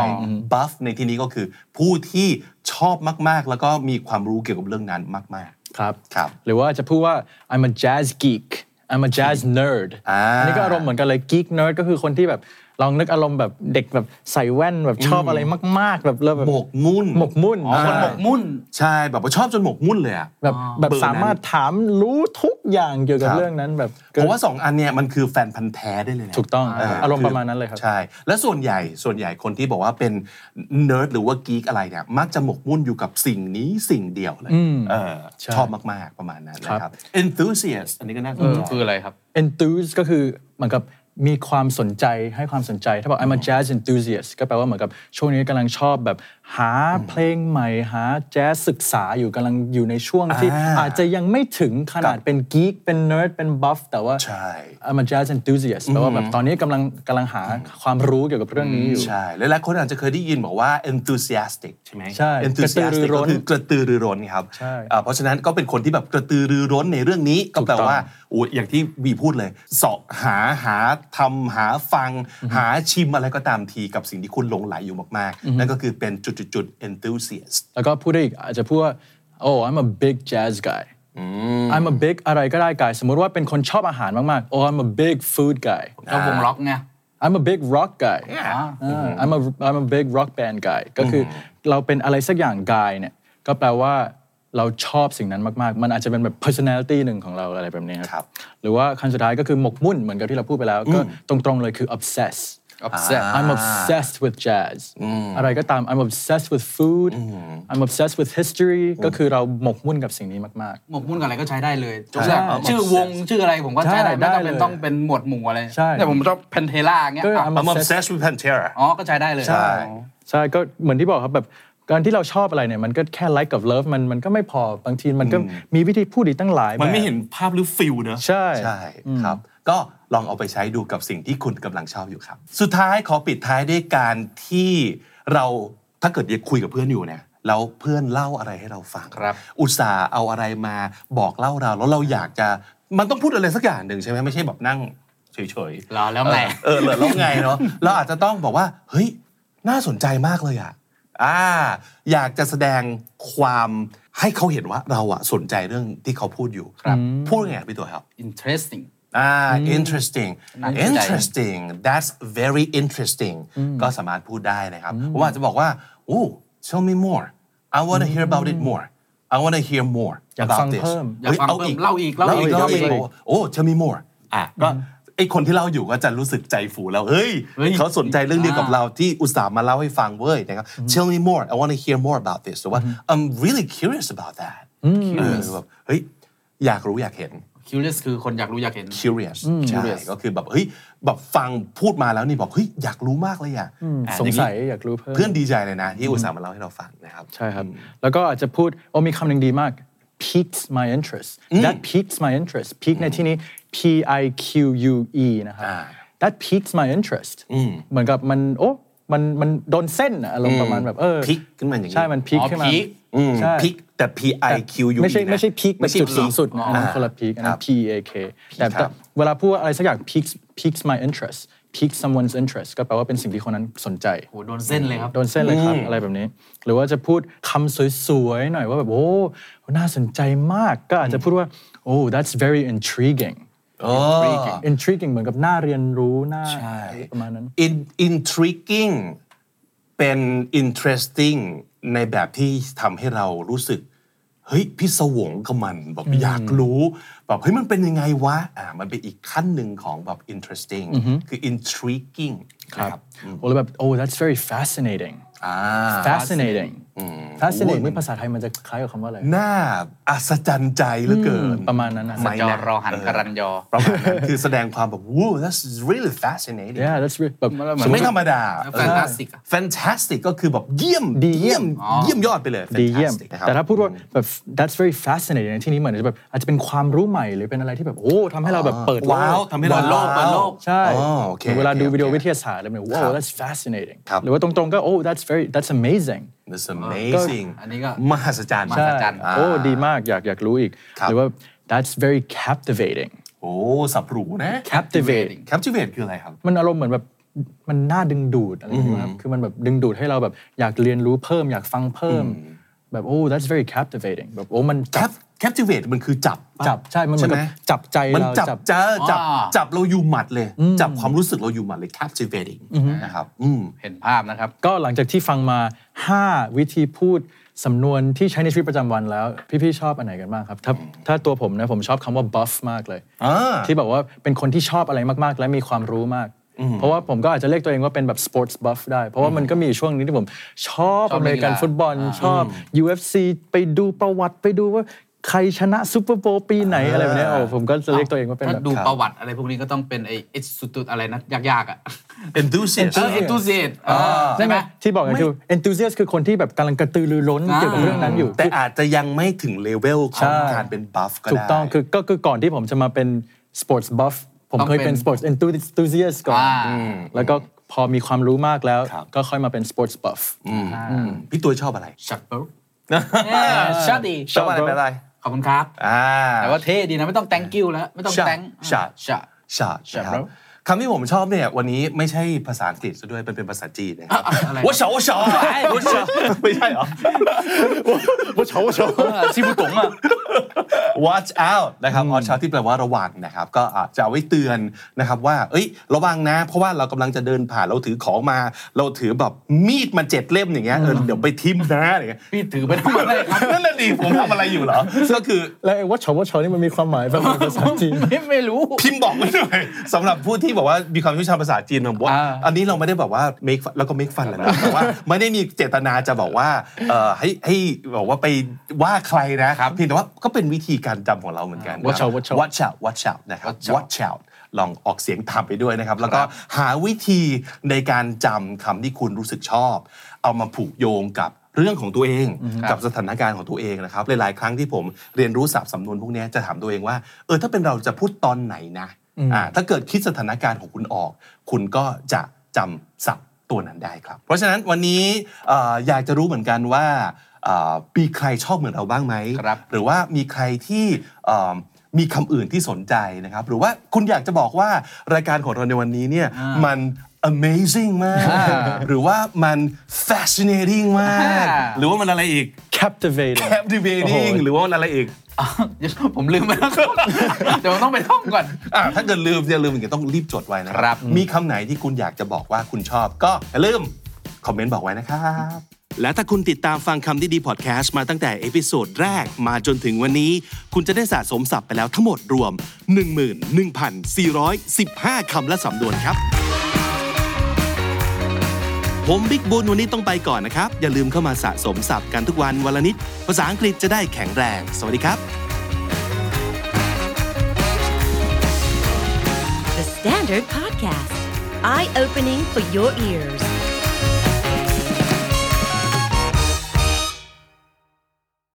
S2: บัฟในที่นี้ก็คือผู้ที่ชอบมากๆ แล้วก็มีความรู้เกี่ยวกับเรื่องนั้นมาก
S4: ครับ
S2: ๆ ครับ
S4: หรือว่าจะพูดว่า I'm a jazz geek I'm a jazz nerd
S2: อ่า
S4: นนี้ก็อารมณ์เหมือนกันเลย geek nerd ก็คือคนที่แบบลองนึกอารมณ์แบบเด็กแบบใส่แว่นแบบชอบอะไรมาก ๆ แบบเริ่มแบบ
S2: หมกมุ่น
S4: หมกมุ่น
S3: อ๋อคนหมกมุ่น
S2: ใช่ แบบว่าชอบจนหมกมุ่นเลยอะ
S4: แบบแบบสามารถถามรู้ทุกอย่างเกี่ยวกับ
S2: ครับ
S4: เรื่องนั้นแบบ
S2: เพราะว่า 2 อันเนี่ยมันคือแฟนพันธ์แท้ได้เลยนะ
S4: ถูกต้อง
S2: เ
S4: อารมณ์ประมาณนั้นเลยครับ
S2: ใช่ และส่วนใหญ่ส่วนใหญ่คนที่บอกว่าเป็นเนิร์ดหรือว่ากีกอะไรเนี่ยมักจะหมกมุ่นอยู่กับสิ่งนี้สิ่งเดียวเลย
S4: อืม
S2: เออ
S4: ใช่
S2: ชอบมากๆประมาณนั้น
S4: ครับ
S2: นะครับ enthusiast อันนี้ก็น่าสนใจ
S3: คืออะไรครับ
S4: enthuse ก็คือเหมือนกับมีความสนใจให้ความสนใจ ถ้าบอก I'm a jazz enthusiast ก็แปลว่าเหมือนกับช่วงนี้กำลังชอบแบบหาเพลงใหม่ หาแจ๊สศึกษาอยู่กำลังอยู่ในช่วงที่
S2: อ่า
S4: อาจจะยังไม่ถึงขนาด
S2: ครับ
S4: เป็นกีกเป็นเนิร์ดเป็นบัฟแต่ว่า
S2: ใช่
S4: I'm a jazz enthusiast แปลว่าแบบตอนนี้กำลังกำลังหาความรู้เกี่ยวกับเรื่องนี้อยู่
S2: ใช่หลายๆคนอาจจะเคยได้ยินบอกว่า enthusiastic ใช่ไหม
S4: ใช่
S2: enthusiastic
S4: กระตือรือร้
S2: ก็
S4: น
S2: คือกระตือรือร้นครับ
S4: ใช่
S2: อ่าเพราะฉะนั้นก็เป็นคนที่แบบกระตือรือร้นในเรื่องนี้ก็แปล
S4: ถูกต้อง
S2: ว่าโอ้ยอย่างที่วีพูดเลยเสาะหาหาทำหาฟัง หาชิมอะไรก็ตามทีกับสิ่งที่คุณหลงไหลอยู่มากๆ นั่นก็คือเป็นจุดๆ enthusiast
S4: แล้วก็พูดได้อีกอาจจะพูดว่า oh I'm a big jazz guy I'm a big อะไรก็ได้ guy สมมติว่าเป็นคนชอบอาหารมากๆ oh I'm a big food guy
S3: ก็วงล็อกไง
S4: I'm a big rock guy
S3: อ่า
S4: อ่า I'm a I'm a big rock band guy ก็คืออเราเป็นอะไรสักอย่าง guy เนี่ย ก็แปลว่าเราชอบสิ่งนั้นมาก ๆ มันอาจจะเป็นแบบ personality หนึ่งของเราอะไรแบบนี้
S2: ครับ
S4: หรือว่าคำสุดท้ายก็คือหมกมุ่นเหมือนกับที่เราพูดไปแล้ว ก็ตรงๆเลยคือ obsess
S3: obsess
S4: I'm obsessed with jazz อะไรก็ตาม I'm obsessed with food I'm obsessed with history ก็คือเราหมกมุ่นกับสิ่งนี้มาก
S3: หมกมุ่นกับอะไรก็ใช้ได้เลยจง
S4: ใช่
S3: แบบชื่อวงชื่ออะไรผมก็ใช้ได้
S4: ใช่
S3: ไม่จำเป็น
S4: ได้เลย
S3: ต้องเป็นหมวดหมู่อะไร
S4: ใช่
S3: แต่ผมชอบเพนเทล่าเงี้ย
S4: ก็
S3: อ่ะ
S2: I'm obsessed with Pantera
S3: อ๋อก็ใช้ได้เลย
S2: ใช่
S4: ๆ ใช่ ก็เหมือนที่บอกครับแบบการที่เราชอบอะไรเนี่ย มันก็แค่ like กับ love มันมันก็ไม่พอบางทีมันก็มีวิธีพูดอีกตั้งหลาย
S2: มันไม่
S4: แบบ
S2: เห็นภาพหรือฟิลเนอะ
S4: ใช่
S2: ใช่ครับ ก็ลองเอาไปใช้ดูกับสิ่งที่คุณกำลังชอบอยู่ครับ สุดท้ายขอปิดท้ายด้วยการที่เราถ้าเกิดยังคุยกับเพื่อนอยู่เนี่ยแล้วเพื่อนเล่าอะไรให้เราฟัง
S4: ครับ
S2: อุตส่าห์เอาอะไรมาบอกเล่าเรา แล้วเราอยากจะมันต้องพูดอะไรสักอย่างหนึ่งใช่ไหมไม่ใช่แบบนั่งเฉยๆ
S3: รอแล้วไง
S2: เออเออแล้วไงเนาะเราอาจจะต้องบอกว่า เฮ้ย น่าสนใจมากเลยอ่ะอ่า อยากจะแสดงความให้เขาเห็นว่าเราอ่ะสนใจเรื่องที่เขาพูดอยู่ครับพูดไงพี่ตัวครับ
S3: interesting
S2: อ่า interesting
S3: น่าสนใจ
S2: interesting that's very interesting ก็สามารถพูดได้นะครับผมอาจจะบอกว่าโอ้ tell me more I want to hear about it more I want to hear more
S4: อยากฟัง
S2: about this
S4: เพิ่ม
S3: อยากฟัง
S2: ฮ้
S3: เพิ่มเล่าอีกเล่าอีก
S2: เล่าอีก
S3: เล่าอีก
S2: โอ้โอ้ tell me more อ่ะก็ไอคนที่เล่าอยู่ก็จะรู้สึกใจฟูแล้ว เฮ้ย
S3: เฮ้ย
S2: เขาสนใจเรื่องเดียวกับ
S3: อ่า
S2: เราที่อุตส่าห์มาเล่าให้ฟังเว้ยนะครับ tell me more I want to hear more about this หรือว่า I'm really curious about that เออแบบเฮ้ยอยากรู้อยากเห็น
S3: curious คือคนอยากรู้อยากเห็น
S2: curious ใช่
S3: curious
S2: ก็คือแบบเฮ้ยแบบฟังพูดมาแล้วนี่บอกเฮ้ยอยากรู้มากเลยอ่ะอ่ะ
S4: สงสัย
S2: อางนี้
S4: อยากรู้เพิ่ม
S2: เพื่อนดีใจเลยนะที่อุตส่าห์มาเล่าให้เราฟังนะครับ
S4: ใช่ครับ แล้วก็อาจจะพูดโอ้มีคำหนึ่งดีมาก piques my interest that piques my interest pique ในที่นี้ p i q u e นะครับ
S2: อ่า
S4: that piques my interest เหมือนกับมันโอ้มันมันโดนเส้นอะอารมณ์ประมาณแบบเออ
S2: pique ขึ้นมาอย่างนี้
S4: ใช่มัน pique
S3: อ๋อ
S4: ขึ้นมา
S3: pique
S2: อืม
S4: ใช่
S2: พิกแต่ P I Q U E
S4: ไม่ใช่ไม่ใช่ peak เป็น
S2: ไม่ใช่
S4: จุดสูง
S2: peak
S4: สุดนะอันนั้น
S2: อ่า
S4: คนละ peak อัน
S2: ค
S4: นั้
S2: รั
S4: น
S2: บ
S4: P A K แต่
S2: ค
S4: แต่
S2: รับ
S4: เวลาพูดอะไรสักอย่าง piques piques my interest piques someone's interest ก็แปลว่าเป็นสิ่งที่คนนั้นสนใจ
S3: โหโดนเส้นเลยครับ
S4: โดนเส้นเลยครับ อะไรแบบนี้ หรือว่าจะพูดคำสวยๆ หน่อยว่าแบบโอ้น่าสนใจมากก็อาจจะพูดว่าโอ้ that's very intriguing
S2: โอ้
S4: intriguing เหมือนกับน่าเรียนรู้น่า
S2: ใช่
S4: ประมาณนั้น
S2: In- intriguing เป็น interesting ในแบบที่ทำให้เรารู้สึก เฮ้ยพิศวงกับมันแบบอยากรู้แบบเฮ้ยมันเป็นยังไงวะอ่ามันเป็นอีกขั้นหนึ่งของแบบ interesting คือ intriguing นะครับ
S4: โอ้แล้วแบบ oh that's very fascinating
S2: อ่า
S4: fascinating fascinating นี่ภาษาไทยมันจะคล้ายกับคำว่าอะไร
S2: น่าอัศจรรย์ใจเหลือเกิน
S4: ประมาณนั้นนะ
S2: ไม่
S3: จอ
S2: นะ
S3: รอหันกรันยอ
S2: ประมาณนั้นคือแสดงความแบบ wow that's really fascinating
S4: yeah that's re- แบบ
S3: มันเหมือน
S2: ไม่ธรรมดา
S3: Fantastic อะ
S2: fantastic ก็คือแบบเยี่ยม
S4: ดีเยี่ยม
S2: เยี่ยมยอดไปเลย
S4: ดีเยี่ยม
S2: fantastic นะครับ
S4: แต่ถ้าพูดว่าแบบ that's very fascinating ในที่นี้เหมือนจะแบบอาจจะเป็นความรู้ใหม่หรือเป็นอะไรที่แบบโอ้ทำให้เราแบบเปิด
S2: ว้าวทำให้เรา
S4: โลก
S2: ว้าว
S4: เปิดโลกใช่
S2: อ๋อโอเค
S4: เวลาดู
S2: โอเค
S4: วิดีโอ
S2: โอเค
S4: วิทยาศาสตร์อะไรแบบนี้
S2: ครั
S4: wow
S2: บ
S4: that's fascinating
S2: ครับ
S4: หรือว่าตรงๆก็ oh that's very that's amazing
S2: That's amazing
S3: อันนี้ก็
S2: มหัศจรรย์
S3: มหั
S4: ใช่
S3: ศจรรย์
S4: โอ้ดีมากอยากอยากรู้อีก
S2: ครับ
S4: หรือว่า that's very captivating
S2: โอ้สับหรูนะ
S4: captivating
S2: captivate คืออะไรครับ
S4: มันอารมณ์เหมือนแบบมันน่าดึงดูดอะไรอย่างเงี้ยครับคือมันแบบดึงดูดให้เราแบบอยากเรียนรู้เพิ่มอยากฟังเพิ่ม แบบโอ้ that's very captivating แบบโอ้มันจับ
S2: Cap captivate มันคือจับปะ
S4: จับใช่มันเหมือนกับ
S2: ไห
S4: จับใจ
S2: มัน
S4: เรา
S2: จับ
S4: จับ
S2: เจอจับ
S3: อ่า
S2: จับเราอยู่หมัดเลย จับความรู้สึกเราอยู่หมัดเลย captivating นะครับอืม
S3: เห็นภาพนะครับ
S4: ก็หลังจากที่ฟังมา 5 วิธีพูดสำนวนที่ใช้ในชีวิตประจำวันแล้ว พี่ๆชอบอันไหนกันบ้างครับ ถ้าถ้าตัวผมนะผมชอบคำว่า buff มากเลย
S2: อ่า
S4: ที่แบบว่าเป็นคนที่ชอบอะไรมากๆ และมีความรู้มาก เพราะว่าผมก็อาจจะเรียกตัวเองว่าเป็นแบบ sports buff ได้ เพราะว่ามันก็มีอยู่ช่วงนี้ที่ผมชอบ
S3: ชอบ
S4: อเมริกัน
S3: กีฬา
S4: ฟุตบอลชอบ UFC ไปดูประวัติไปดูว่าใครชนะซูเปอร์โบว์ปีไหนอะไรแบบเนี้ยโอ้ผมก็จะเรียกตัวเองว่าเป็น
S3: ถ้า
S4: แบบ
S3: ดูประวัติอะไรพวกนี้ก็ต้องเป็นไอ้เอสุดอะไรนะยากๆอ่ะ
S2: enthusiast
S3: เออเอตูเซต
S4: ใช่ไหมที่บอกไงคือ enthusiast คือคนที่แบบกำลังกระตือรือร้นเกี่ยวกับเรื่องนั้นอยู่
S2: แต่อาจจะยังไม่ถึงเลเวลข
S4: ใช่
S2: องการเป็น buff ก็ได้
S4: ถูกต้องคือก็คือก่อนที่ผมจะมาเป็น sports buff ผมเคยเป็น sports enthusiast ก่อน แล้วก็พอมีความรู้มากแล้ว
S2: ครับ
S4: ก็ค่อยมาเป็น sports buff
S2: พี่ตัวชอบอะไร
S3: ชัดเบิร์ชัดดี
S2: ชอบอะไรเป็นอะไร
S3: ขอบคุณครับ
S2: อ่า
S3: แต่ว่าเท่ดีนะ ไม่ต้อง thank you แล้ว ไม่ต้อง
S2: Shut
S3: thank
S2: Shut
S3: ชัด
S2: ชาตินะค
S3: ครั
S2: รับบ คำที่ผมชอบเนี่ยวันนี้ไม่ใช่ภาษาอังกฤษซะด้วยเป็นเป็นภาษาจีนนะครับ
S3: อะไร
S2: ว่าเฉาว่าเฉาว่าเฉาไม่ใช่เหรอว่าเฉาว่าเฉา
S3: ชิบุตงอ่ะ
S2: watch out นะครับ watch out ที่แปลว่าระวังนะครับก็อาจจะเอาไว้เตือนนะครับว่า เอ้ย ระวังนะ เพราะว่าเรากำลังจะเดินผ่านเราถือของมา เราถือแบบมีดมาเจ็ดเล่มอย่างเงี้ยเออเดี๋ยวไปทิมนะอะไรเงี้ย
S3: พี่ถือไปทั้งหมดเลยครับ
S2: นั่นแหละดิผมทำอะไรอยู่เหรอก็คือ
S4: แล้วไอ้วัดเฉาวัดเฉานี่มันมีความหมายแบบภาษาจีน [LAUGHS]
S3: ไม่ไม่รู้
S2: พิมพ์บอกไว้หน่อยสำหรับผู้ที่บอกว่ามีความเชี่ยวชาญภาษาจีนผมว่า
S3: อ่า
S2: อันนี้เราไม่ได้แบบว่า make fun แล้วก็ make fun แหละ [LAUGHS] นะแต่ว่าไม่ได้มีเจตนาจะบอกว่าเอ่อให้ให้บอกว่าไปว่าใครนะเพียงแต่ว่าก็เป็นวิธีการจำของเราเหมือนกัน
S4: Watch out, watch out
S2: watch out watch out นะครับ watch out ลองออกเสียงตามไปด้วยนะครับ แล้วก็หาวิธีในการจำคำที่คุณรู้สึกชอบ เอามาผูกโยงกับเรื่องของตัวเอง กับสถานการณ์ของตัวเองนะครับ หลาย ๆ ครั้งที่ผมเรียนรู้ศัพท์สำนวนพวกเนี้ยจะถามตัวเองว่า เออถ้าเป็นเราจะพูดตอนไหนนะอ่าถ้าเกิดคิดสถานการณ์ของคุณออก คุณก็จะจำศัพท์ตัวนั้นได้ครับ เพราะฉะนั้นวันนี้เอ่ออยากจะรู้เหมือนกันว่าเอ่อมีใครชอบเหมือนเราบ้างไหม
S3: ครับ
S2: หรือว่ามีใครที่เอ่อมีคำอื่นที่สนใจนะครับ หรือว่าคุณอยากจะบอกว่ารายการของเราในวันนี้เนี่ย
S3: อ่ามั
S2: มัน amazing มาก
S3: อ่า
S2: หรือว่ามัน fascinating มาก
S3: อ่า
S2: หรือว่ามันอะไรอีก
S4: captivating
S2: captivating หรือว่ามันอะไรอีก
S3: ผมลืมไปแล้ว [LAUGHS] เดี๋ยวต้องไปท่องก่อน
S2: อ่ะถ้าเกิดลืมอย่าลืมอย่างเงี้ยต้องรีบจดไว้นะค
S3: ครั
S2: รับ มีคำไหนที่คุณอยากจะบอกว่าคุณชอบก็อย่าลืมคอมเมนต์บอกไว้นะครับ และถ้าคุณติดตามฟังคำที่ดีพอดแคสต์มาตั้งแต่เอพิโซดแรกมาจนถึงวันนี้ คุณจะได้สะสมศัพท์ไปแล้วทั้งหมดรวม 11,415 คำและสำนวนครับ ผมบิ๊กบุญวันนี้ต้องไปก่อนนะครับ อย่าลืมเข้ามาสะสมศัพท์กันทุกวันวันละนิด ภาษาอังกฤษจะได้แข็งแรง สวัสดีครับ
S1: The Standard Podcast, eye opening for your ears.